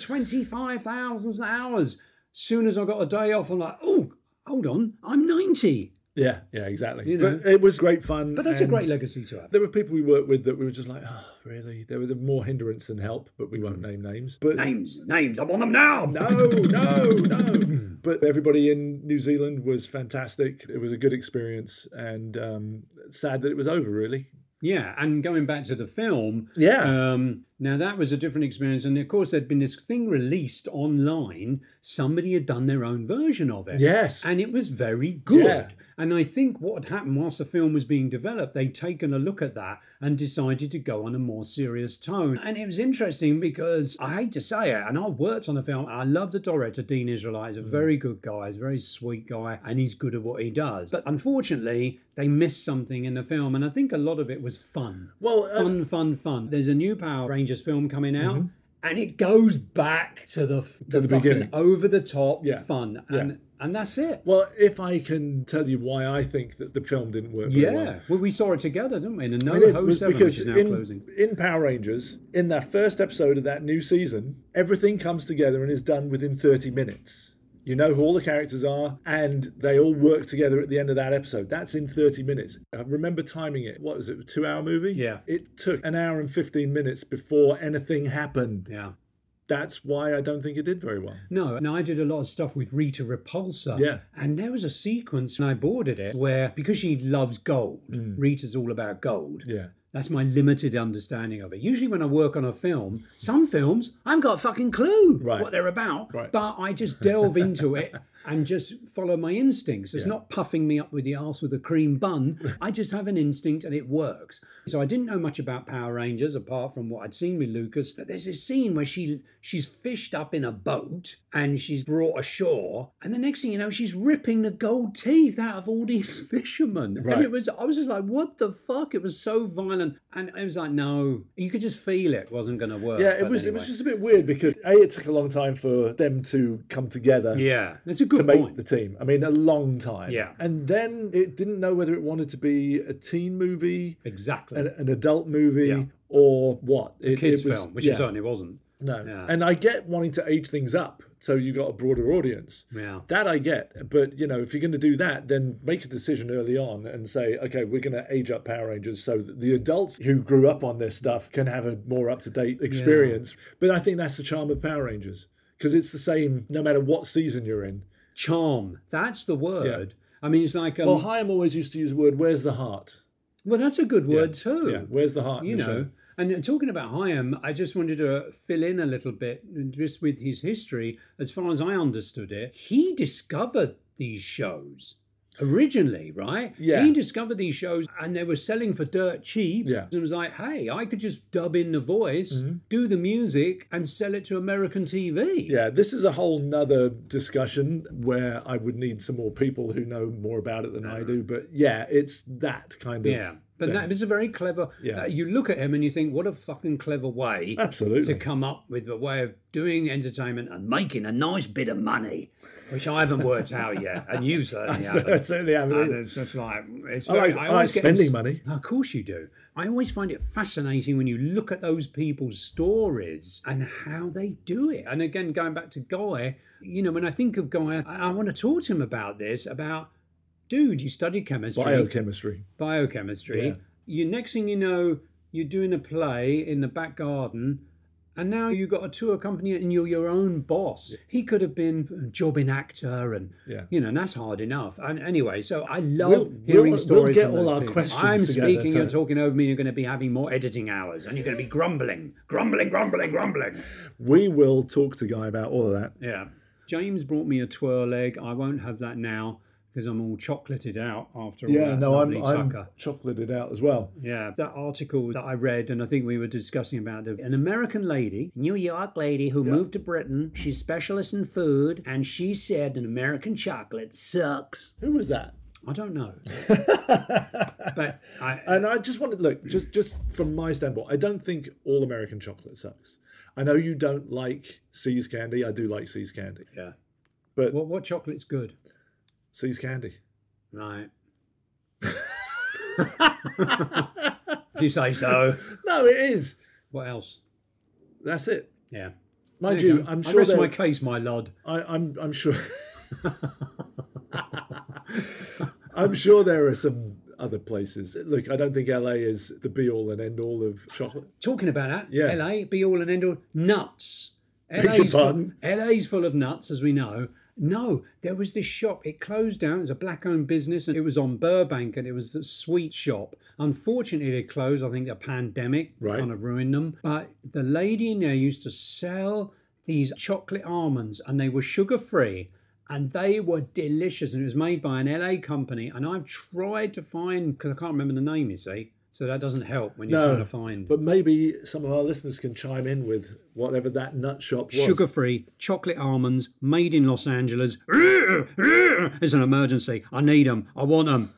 S4: 25,000 hours. Soon as I got a day off, I'm like, oh, hold on, I'm 90.
S2: yeah, yeah, exactly.
S4: You know.
S2: But it was great fun.
S4: But that's
S2: and
S4: a great legacy to have.
S2: There were people we worked with that we were just like, oh, really? There were more hindrance than help, but we
S4: Mm.
S2: won't name names. But
S4: Names, names, I want them now.
S2: No, no, no. But everybody in New Zealand was fantastic. It was a good experience and um, sad that it was over, really. Uh,
S4: Yeah, and going back to the film,
S2: Yeah.
S4: Um, now that was a different experience, and of course there'd been this thing released online. Somebody had done their own version of it.
S2: yes.
S4: And it was very good.
S2: Yeah.
S4: And I think what had happened whilst the film was being developed, they'd taken a look at that and decided to go on a more serious tone. And it was interesting because I hate to say it, and I worked on the film. I love the director, Dean Israelite.
S2: Mm.
S4: He's a very good guy, he's a very sweet guy, and he's good at what he does. But unfortunately, they missed something in the film, and I think a lot of it was fun
S2: well, uh,
S4: fun, fun, fun. There's a new Power Rangers film coming out. and it goes back to the
S2: Mm-hmm. To the beginning.
S4: over the top
S2: Yeah.
S4: fun,
S2: Yeah.
S4: and and that's it.
S2: Well, if I can tell you why I think that the film didn't work. very well.
S4: yeah, well, we saw it together, didn't we? In
S2: I
S4: another
S2: did,
S4: Ho
S2: was
S4: Seven, which
S2: because
S4: is now
S2: in,
S4: closing.
S2: in Power Rangers, in that first episode of that new season, everything comes together and is done within 30 minutes. You know who all the characters are, and they all work together at the end of that episode. That's in 30 minutes. I remember timing it. What was it, a two hour movie?
S4: Yeah.
S2: It took an hour and 15 minutes before anything happened.
S4: Yeah.
S2: That's why I don't think it did very well.
S4: No, and I did a lot of stuff with Rita Repulsa.
S2: Yeah.
S4: And there was a sequence, and I boarded it, where because she loves gold,
S2: Mm.
S4: Rita's all about gold.
S2: Yeah.
S4: That's my limited understanding of it. Usually, when I work on a film, some films, I haven't got a fucking clue
S2: Right.
S4: what they're about,
S2: Right.
S4: but I just delve into it and just follow my instincts. It's not puffing me up with the arse with a cream bun. I just have an instinct and it works. So I didn't know much about Power Rangers apart from what I'd seen with Lucas. But there's this scene where she she's fished up in a boat and she's brought ashore, and the next thing you know, she's ripping the gold teeth out of all these *laughs* fishermen. And
S2: Right.
S4: it was I was just like, what the fuck? It was so violent, and it was like, no, you could just feel it wasn't going to work.
S2: Yeah, it
S4: but
S2: was it
S4: anyway.
S2: was just a bit weird because A, it took a long time for them to come together.
S4: Yeah, that's a good
S2: to make
S4: point.
S2: the team. I mean, a long time.
S4: Yeah.
S2: And then it didn't know whether it wanted to be a teen movie,
S4: exactly.
S2: an, an adult movie,
S4: Yeah.
S2: or what. It,
S4: Kids
S2: it was-
S4: film, which
S2: yeah,
S4: it certainly wasn't.
S2: no.
S4: yeah.
S2: And I get wanting to age things up so you got a broader audience.
S4: Yeah.
S2: That I get, but you know, if you're going to do that, then make a decision early on and say, okay, we're going to age up Power Rangers so that the adults who grew up on this stuff can have a more up to date experience. But I think that's the charm of Power Rangers because it's the same no matter what season you're in.
S4: Charm. That's the word. I mean, it's like, um,
S2: Well,
S4: well,
S2: Hyam always used to use the word "Where's the heart?"
S4: that's a good word too.
S2: Yeah, where's the heart? in
S4: you
S2: the
S4: know.
S2: show?
S4: And uh, talking about Hyam, I just wanted to fill in a little bit just with his history. As far as I understood it, he discovered these shows originally, right?
S2: Yeah.
S4: He discovered these shows and they were selling for dirt cheap.
S2: Yeah. Mm-hmm.
S4: And it was like, hey, I could just dub in the voice, do the music, and sell it to American TV.
S2: yeah. This is a whole nother discussion where I would need some more people who know more about it than I do. But yeah, it's that kind of
S4: Yeah. But that is a very clever.
S2: Yeah.
S4: uh, you look at him and you think, what a fucking clever
S2: *laughs*
S4: way to
S2: absolutely.
S4: come up with a way of doing entertainment and making a nice bit of money, which I haven't worked out yet, and you certainly
S2: So *laughs* I
S4: haven't.
S2: certainly haven't.
S4: And
S2: either.
S4: it's just like it's
S2: I
S4: very,
S2: like, I like
S4: always get
S2: spending
S4: ins-
S2: money.
S4: Of course you do. I always find it fascinating when you look at those people's stories and how they do it. And again, going back to Guy, you know, when I think of Guy, I, I want to talk to him about this. About, dude, you studied chemistry
S2: Biochemistry.
S4: biochemistry.
S2: Yeah.
S4: You next thing you know, you're doing a play in the back garden, and now you've got a tour company and you're your own boss. He could have been a jobbing actor, and
S2: Yeah.
S4: you know, and that's hard enough. And anyway, so I love
S2: We'll-
S4: hearing
S2: we'll-
S4: stories.
S2: we'll get
S4: from
S2: all
S4: those
S2: our
S4: people.
S2: questions
S4: I'm
S2: together
S4: speaking,
S2: to-
S4: you're talking over me. You're going to be having more editing hours, and you're going to be grumbling, grumbling, grumbling, grumbling.
S2: We will talk to Guy about all of that.
S4: Yeah. James brought me a twirl egg. I won't have that now because I'm all chocolated out after all
S2: Yeah,
S4: that
S2: no, I'm,
S4: lovely
S2: I'm
S4: tucker.
S2: chocolated out as well.
S4: Yeah, that article that I read, and I think we were discussing about the, an American lady, New York lady who moved to Britain. She's specialist in food, and she said an American chocolate sucks.
S2: Who was that? *laughs*
S4: I don't know, but I,
S2: And I just wanted look, just just from my standpoint, I don't think all American chocolate sucks. I know you don't like See's candy. I do like See's candy.
S4: yeah.
S2: But-
S4: what what chocolate's good?
S2: See's candy. *laughs*
S4: Right. if you say
S2: *laughs*
S4: so.
S2: No, it is.
S4: What else?
S2: That's it.
S4: Yeah.
S2: Mind
S4: There
S2: you,
S4: you go.
S2: I'm
S4: I
S2: sure
S4: rest
S2: there-
S4: my case, my lord.
S2: *laughs* I, I'm I'm sure *laughs* I'm sure there are some other places. Look, I don't think LA is the be all and end all of chocolate.
S4: Talking about that,
S2: Yeah.
S4: LA be all and end all nuts.
S2: your
S4: LA's full,
S2: pardon?
S4: LA's full of nuts, as we know. No, there was this shop. It closed down. It was a black-owned business, and it was on Burbank, and it was a sweet shop. Unfortunately, it closed. I think the pandemic
S2: Right.
S4: kind of ruined them. But the lady in there used to sell these chocolate almonds, and they were sugar-free, and they were delicious. And it was made by an LA company. And I've tried to find because I can't remember the name. You see, so that doesn't help when you're
S2: No,
S4: trying to find.
S2: But maybe some of our listeners can chime in with whatever that nut shop was.
S4: Sugar free chocolate almonds made in Los Angeles. *laughs* It's an emergency. I need them. I want them.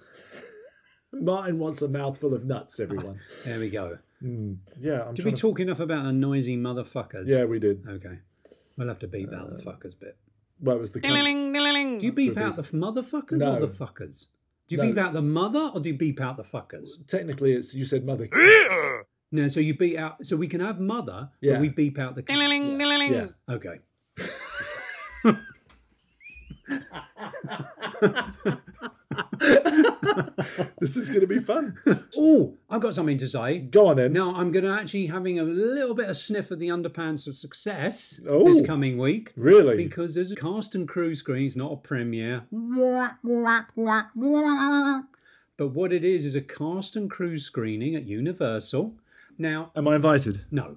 S2: Martin wants a mouthful of nuts, everyone.
S4: There we go.
S2: Mm. Yeah, I'm
S4: Did we
S2: trying to-
S4: talk enough about our noisy motherfuckers?
S2: Yeah, Uh, we did.
S4: Okay. We'll have to beep out the fuckers bit.
S2: Well, it was the cunt.
S4: Do you beep
S2: Could
S4: out the f- motherfuckers or
S2: No.
S4: the fuckers? Do you
S2: No.
S4: beep out the mother or do you beep out the fuckers?
S2: technically it's you said *laughs* mother.
S4: No, so you beat out. So we can have mother,
S2: Yeah.
S4: but we beep out the. cunts.
S2: yeah.
S4: Okay.
S2: This is going to be fun.
S4: Oh, I've got something to say.
S2: Go on then.
S4: Now I'm going to actually having a little bit of sniff of the underpants of success
S2: Oh.
S4: this coming week
S2: Really?
S4: because there's a cast and crew screen's not a premiere. But what it is is a cast and crew screening at Universal. Now,
S5: Am I invited?
S4: no,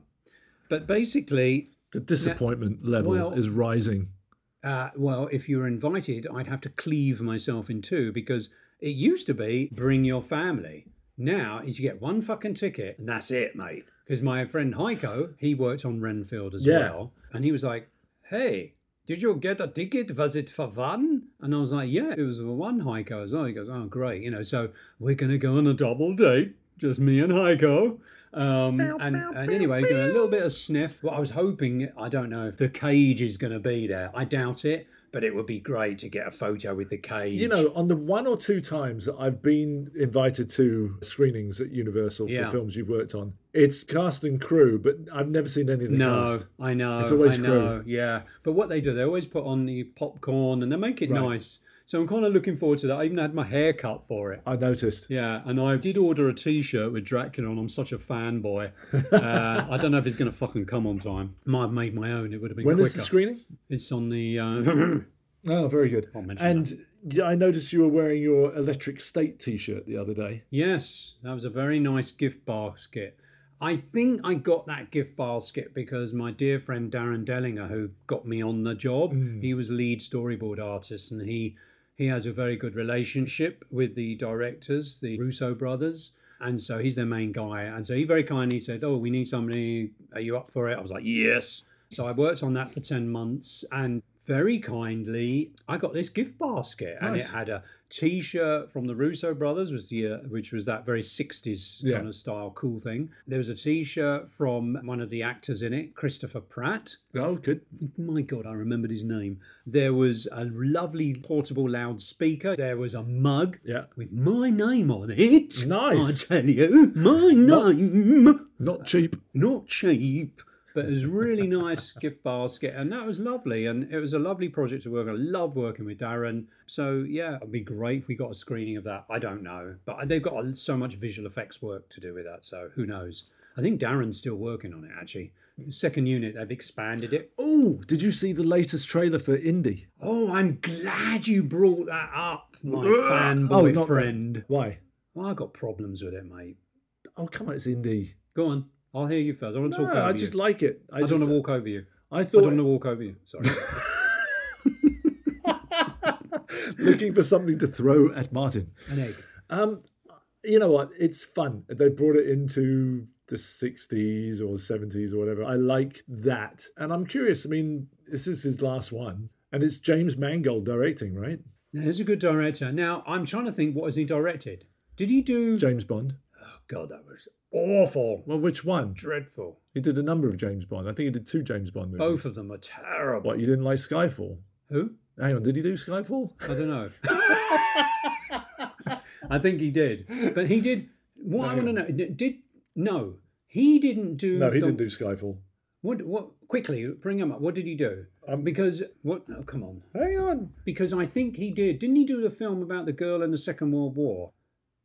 S4: but basically,
S5: The disappointment level
S4: well-
S5: is rising.
S4: Uh, well, if you were invited, I'd have to cleave myself in two because it used to be bring your family. Now is you get one fucking ticket and that's it, mate. Because my friend Heiko, he worked on Renfield as
S2: Yeah.
S4: well, and he was like, "Hey, did you get a ticket? Was it for one?" And I was like, "Yeah, it was for one." Heiko as well. He goes, "Oh, great, you know." So we're gonna go on a double date, just me and Heiko. Um, and, and anyway, doing a little bit of sniff. What I was hoping, I don't know if the cage is going to be there. I doubt it, but it would be great to get a photo with the cage.
S2: You know, on the one or two times that I've been invited to screenings at Universal
S4: Yeah.
S2: for films you've worked on, it's cast and crew, but I've never seen any of the
S4: No,
S2: cast.
S4: I know.
S2: It's always
S4: I know, yeah. But what they do, they always put on the popcorn and they make it
S2: Right.
S4: nice. So I'm kind of looking forward to that. I even had my hair cut for it.
S2: I noticed.
S4: Yeah, and I did order a T-shirt with Dracula on. I'm such a
S2: *laughs*
S4: fanboy. Uh, I don't know if it's going to fucking come on time. Might have made my own. It would have been
S2: When
S4: quicker.
S2: is the screening?
S4: It's on the.
S2: *coughs*
S4: Uh,
S2: Oh, very good.
S4: Can't mention
S2: And yeah, I noticed you were wearing your Electric State T-shirt the other day.
S4: Yes, that was a very nice gift basket. I think I got that gift basket because my dear friend Darren Dellinger, who got me on the job,
S2: Mm.
S4: he was lead storyboard artist, and he he has a very good relationship with the directors, the Russo brothers, and so he's their main guy. And so he very kindly said, "Oh, we need somebody. Are you up for it?" I was like, "Yes." So I worked on that for ten months, and very kindly, I got this gift basket, and it
S2: Nice.
S4: had a T-shirt from the Russo brothers, was the uh, which was that very '60s
S2: Yeah.
S4: kind of style, cool thing. There was a T-shirt from one of the actors in it, Christopher Pratt.
S2: Oh, good.
S4: My God, I remembered his name. There was a lovely portable loudspeaker. There was a mug
S2: Yeah.
S4: with my name on it. *laughs*
S2: Nice.
S4: I tell you, my name.
S5: Not cheap.
S4: Not cheap, but it was a
S2: *laughs*
S4: really nice gift basket, and that was lovely. And it was a lovely project to work on. I love working with Darren. So yeah, it'd be great if we got a screening of that. I don't know, but they've got a- so much visual effects work to do with that. So who knows? I think Darren's still working on it actually. Second unit, they've expanded it.
S2: Oh,
S5: Did you see the latest trailer for Indy?
S4: Oh, I'm glad you brought that up,
S2: *laughs*
S4: my fanboy
S2: not Oh, that.
S4: friend.
S2: why?
S4: Well, I got problems with it, mate.
S2: Oh, come on, it's Indy.
S4: Go on. I'll hear you first. I want to
S2: No,
S4: talk over
S2: I
S4: you.
S2: just like it.
S4: I,
S2: I, just,
S4: don't want to walk over you.
S2: I
S4: I
S2: thought
S4: don't want to walk over you. Sorry.
S2: *laughs* looking for something to
S5: Throw at Martin.
S4: An egg.
S2: Um, you know what? It's fun. They brought it into the 60s or 70s or whatever. I like that. And I'm curious. I mean, this is his last one. And it's James Mangold directing, right?
S4: Now, he's a good director. Now, I'm trying to think, what has he directed? Did he do.
S2: James Bond.
S4: Oh, God, that was awful.
S2: Well, which one?
S4: Dreadful.
S2: He did a number of James Bond. I think he did two James Bond movies.
S4: Both of them are terrible.
S2: What, you didn't like Skyfall?
S4: Who?
S2: Hang on, did he do Skyfall?
S4: I don't know. I think he did. But he did. What I want to know. Did. No. He didn't do.
S2: *laughs* No, he
S4: the-
S2: didn't do Skyfall.
S4: What, what, quickly, bring him up. What did he do?
S2: Um,
S4: because, what, oh, come on.
S2: Hang on.
S4: Because I think he did. Didn't he do the film about the girl in the Second World War,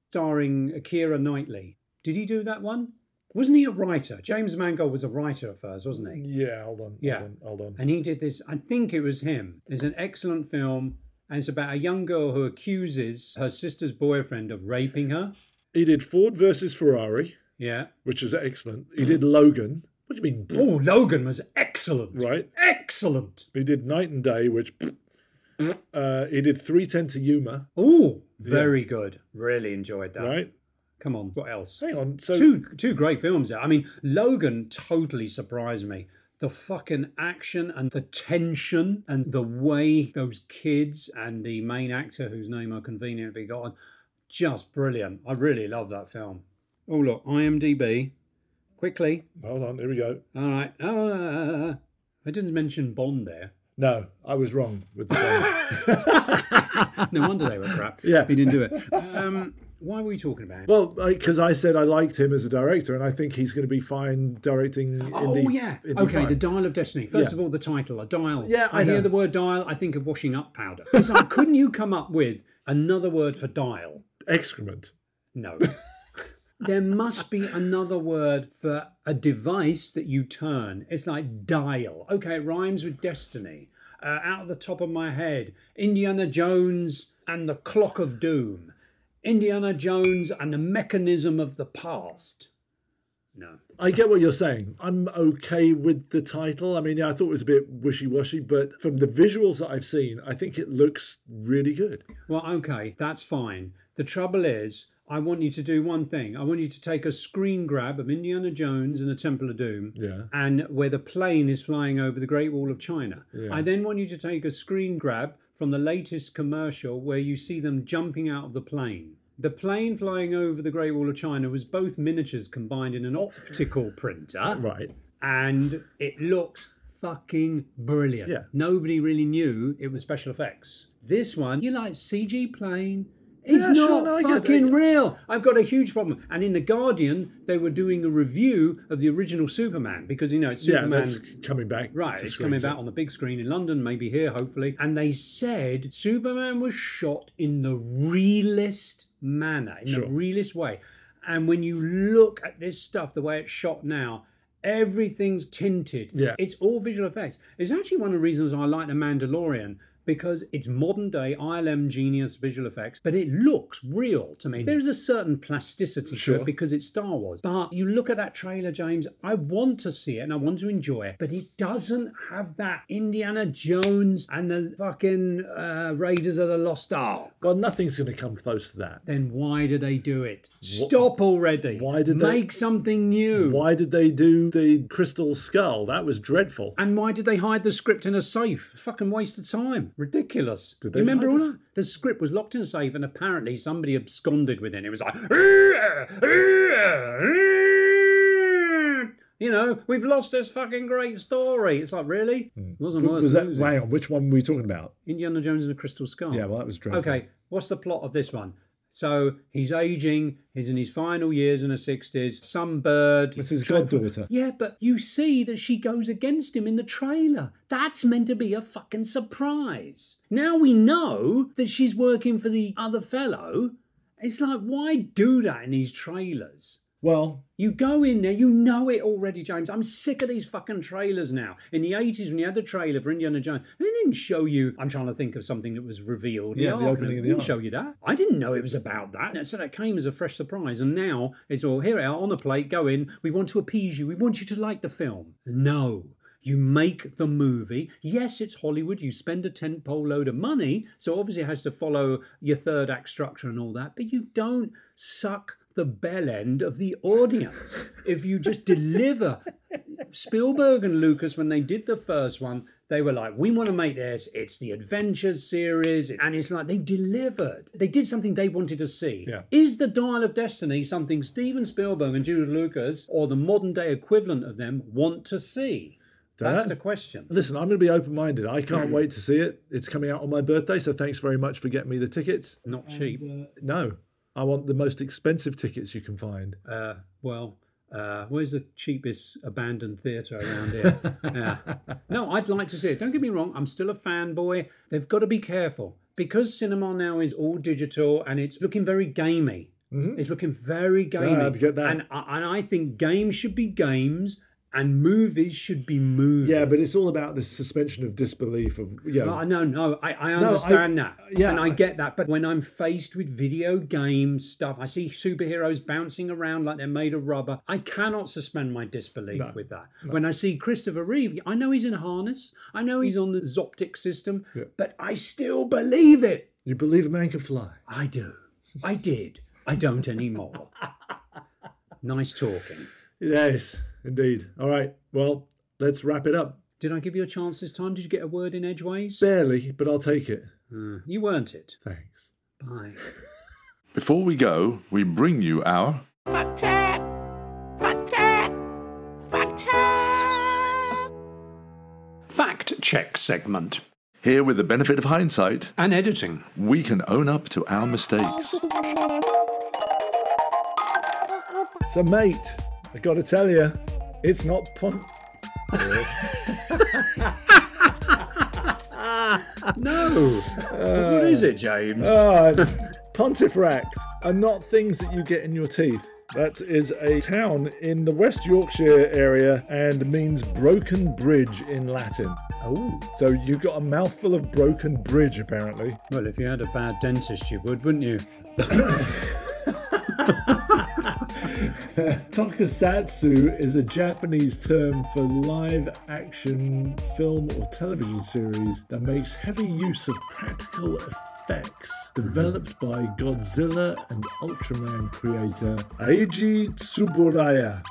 S4: starring Akira Knightley? Did he do that one? Wasn't he a writer? James Mangold was a writer at first, wasn't he?
S2: Yeah, hold on.
S4: Yeah.
S2: Hold on. Hold on.
S4: And he did this, I think it was him. It's an excellent film, and it's about a young girl who accuses her sister's boyfriend of raping her.
S2: He did Ford versus Ferrari,
S4: Yeah.
S2: which was excellent. He did Logan. What do you mean? *laughs*
S4: Oh, Logan was excellent.
S2: Right?
S4: Excellent.
S2: He did Night and Day, which *laughs* uh, he did Three Ten to Yuma,
S4: Oh, very good. Really enjoyed that.
S2: right?
S4: Come on, what else?
S2: Hang on, so
S4: two two great films there. I mean, Logan totally surprised me. The fucking action and the tension and the way those kids and the main actor whose name I conveniently got on, just brilliant. I really love that film. Oh look, IMDb. Quickly.
S2: Hold on, here we go.
S4: All right. Uh, I didn't mention Bond there. *laughs*
S2: No, I was wrong with the song.
S4: No wonder they were crap.
S2: Yeah.
S4: He didn't do it. Um, why were we talking about him?
S2: well, because I, said I liked him as a director, and I think he's going to be fine directing.
S4: Oh
S2: in the,
S4: yeah.
S2: in
S4: Okay,
S2: fine.
S4: the dial of destiny. First
S2: Yeah.
S4: of all, the title, a dial.
S2: Yeah, I
S4: I hear
S2: know.
S4: the word dial. I think of washing up powder. *laughs* So couldn't you come up with another word for dial?
S2: excrement. *laughs*
S4: No. there must be another word for a device that you turn. It's like dial. Okay, it rhymes with destiny. Uh, out of the top of my head, Indiana Jones and the Clock of Doom. Indiana Jones and the Mechanism of the Past. No.
S2: I get what you're saying. I'm okay with the title. I mean, yeah, I thought it was a bit wishy-washy, but from the visuals that I've seen, I think it looks really good.
S4: Well, okay, that's fine. The trouble is, I want you to do one thing. I want you to take a screen grab of Indiana Jones and the Temple of Doom.
S2: Yeah.
S4: and where the plane is flying over the Great Wall of China. I then want you to take a screen grab from the latest commercial where you see them jumping out of the plane. The plane flying over the Great Wall of China was both miniatures combined in an optical printer,
S2: Right.
S4: and it looks fucking brilliant.
S2: Yeah.
S4: Nobody really knew it was special effects. This one, you like CG plane? It's
S2: Yeah, sure,
S4: not
S2: no, I get
S4: fucking
S2: that.
S4: real. I've got a huge problem. And in the Guardian, they were doing a review of the original Superman because you know it's
S2: Yeah,
S4: Superman.
S2: that's coming back.
S4: Right,
S2: to
S4: it's
S2: screens,
S4: coming
S2: yeah.
S4: back on the big screen in London, maybe here, hopefully. And they said Superman was shot in the realest manner, in
S2: Sure.
S4: the realest way. And when you look at this stuff, the way it's shot now, everything's tinted.
S2: Yeah.
S4: It's all visual effects. It's actually one of the reasons I like The Mandalorian because it's modern day ILM genius visual effects, but it looks real to me. There's a certain plasticity to
S2: Sure.
S4: it because it's Star Wars. But you look at that trailer, James, I want to see it and I want to enjoy it, but it doesn't have that Indiana Jones and the fucking uh, Raiders of the Lost Ark.
S2: Well, nothing's going to come close to that.
S4: Then why do they do it? Stop already.
S2: Why did they-
S4: Make something new.
S2: Why did they do the crystal skull? That was dreadful.
S4: And why did they hide the script in a safe? Fucking waste of time. Ridiculous.
S2: Did they
S4: Remember
S2: hide
S4: all
S2: the-
S4: that? The script was locked in a safe, and apparently somebody absconded with it. It was like, you know, we've lost this fucking great story. It's like, really? Wasn't worth
S2: was that
S4: losing.
S2: hang on? Which one were we talking about?
S4: Indiana Jones and the Crystal Skull.
S2: Yeah, well, that was dreadful.
S4: Okay, what's the plot of this one? So he's aging. He's in his final years in the sixties. Some bird.
S2: It's his goddaughter.
S4: Yeah, but you see that she goes against him in the trailer. That's meant to be a fucking surprise. Now we know that she's working for the other fellow. It's like, why do that in these trailers?
S2: Well,
S4: You go in there, you know it already, James. I'm sick of these fucking trailers now. In the 80s, when you had the trailer for Indiana Jones, they didn't show you. I'm trying to think of something that was revealed.
S2: Yeah, the
S4: Ark,
S2: opening of
S4: they
S2: the
S4: didn't
S2: Ark.
S4: show you that. I didn't know it was about that. And so that came as a fresh surprise. And now it's all here, out on a plate, go in. We want to appease you. We want you to like the film. No. You make the movie. Yes, it's Hollywood. You spend a tentpole load of money, so obviously it has to follow your third act structure and all that. But you don't suck the bell end of the audience if you just deliver. Spielberg and Lucas, when they did the first one, they were like, "We want to make this. It's the adventures series," and it's like they delivered. They did something they wanted to see.
S2: Yeah.
S4: Is the Dial of Destiny something Steven Spielberg and Jude Lucas, or the modern day equivalent of them, want to see? That's
S2: Dunno.
S4: the question.
S2: Listen, I'm going to be open minded. I
S4: Mm.
S2: can't wait to see it. It's coming out on my birthday, so thanks very much for getting me the tickets.
S4: Not cheap.
S2: No, I want the most expensive tickets you can find.
S4: Uh, well, uh, where's the cheapest abandoned theatre around
S2: *laughs*
S4: here? Yeah. No, I'd like to see it. Don't get me wrong, I'm still a fanboy. They've got to be careful because cinema now is all digital and it's looking very gamey.
S2: Mm-hmm.
S4: It's looking very gamey.
S2: Yeah, I'd get that.
S4: And, I- and I think games should be games and movies should be movies.
S2: Yeah, but it's all about the suspension of disbelief of you know,
S4: No, no, no. I, I understand that.
S2: yeah,
S4: and I,
S2: I-
S4: get that. But when I'm faced with video game stuff, I see superheroes bouncing around like they're made of rubber. I cannot suspend my disbelief with that. When I see Christopher Reeve, I know he's in a harness. I know he's on the Zoptic system, but I still believe it.
S2: you believe a man can fly.
S4: I do. I did. I don't
S1: *laughs*
S4: anymore. nice talking.
S2: Yes, indeed. All right. Well, let's wrap it up.
S4: Did I give you a chance this time? Did you get a word in edgeways?
S2: Barely, but I'll take it.
S4: Uh, you earned it.
S2: Thanks.
S4: Bye.
S6: Before we go, we bring you our
S7: Fact check! Fact check!
S1: Fact check segment
S6: Here, with the benefit of hindsight,
S1: and editing.
S6: we can own up to our mistakes.
S2: So, mate, I got to tell you, it's not pun. Oh.
S4: No. what is it, James?
S2: Uh, *laughs* Pontefract are not things that you get in your teeth. That is a town in the West Yorkshire area and means broken bridge in Latin.
S4: oh.
S2: So you've got a mouthful of broken bridge, apparently.
S4: Well, if you had a bad dentist, you would, wouldn't you?
S2: Tokusatsu is a Japanese term for live action film or television series that makes heavy use of practical effects developed by Godzilla and Ultraman creator Eiji Tsuburaya.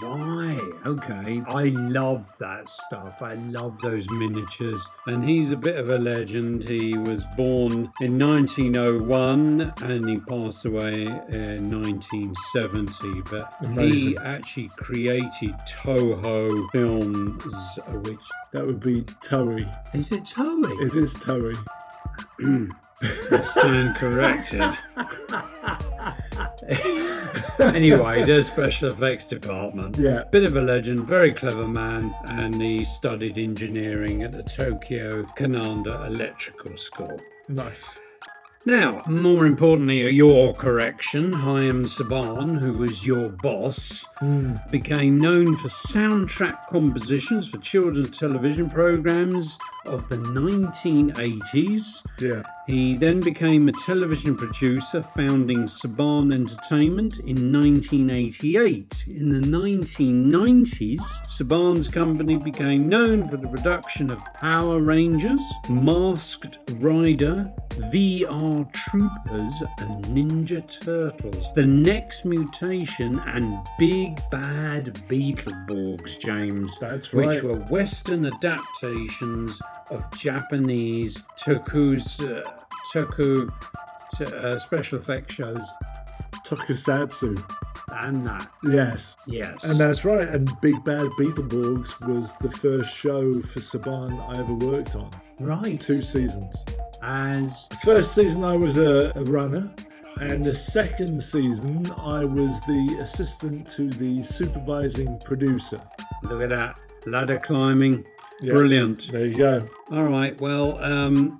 S4: Why? Okay. I love that stuff. I love those miniatures. And he's a bit of a legend. He was born in 1901 and he passed away in 1970. But he
S2: Amazing.
S4: actually created Toho Films, which
S2: That would be Toei.
S4: is it Toei?
S2: It is Toei.
S4: stand corrected. anyway, their special effects department.
S2: Yeah.
S4: Bit of a legend, very clever man, and he studied engineering at the Tokyo Kananda Electrical School.
S2: Nice.
S4: Now, more importantly, your correction, Chaim Saban, who was your boss, became known for soundtrack compositions for children's television programs of the 1980s.
S2: Yeah.
S4: He then became a television producer, founding Saban Entertainment in 1988. In the 1990s, Saban's company became known for the production of Power Rangers, Masked Rider, VR Troopers, and Ninja Turtles, The Next Mutation, and Big Bad Beetleborgs, James.
S2: That's
S4: Which
S2: right.
S4: were Western adaptations of Japanese tokus, uh, toku t- uh, special effects shows
S2: Tokusatsu.
S4: and that.
S2: Yes.
S4: Yes.
S2: And that's right. And Big Bad Beetleborgs was the first show for Saban I ever worked on.
S4: right.
S2: Two seasons.
S4: As
S2: First season, I was a, a runner. And the second season, I was the assistant to the supervising producer.
S4: look at that ladder climbing.
S2: Yeah.
S4: Brilliant.
S2: There you go.
S4: All right. Well, um,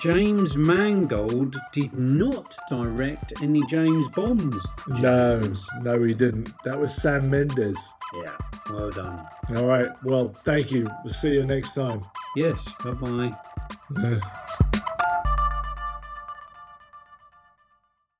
S4: James Mangold did not direct any James Bonds.
S2: No, no, he didn't. That was Sam Mendes.
S4: Yeah. Well done.
S2: *laughs* All right. Well, thank you. We'll see you next time.
S4: Yes. Bye bye.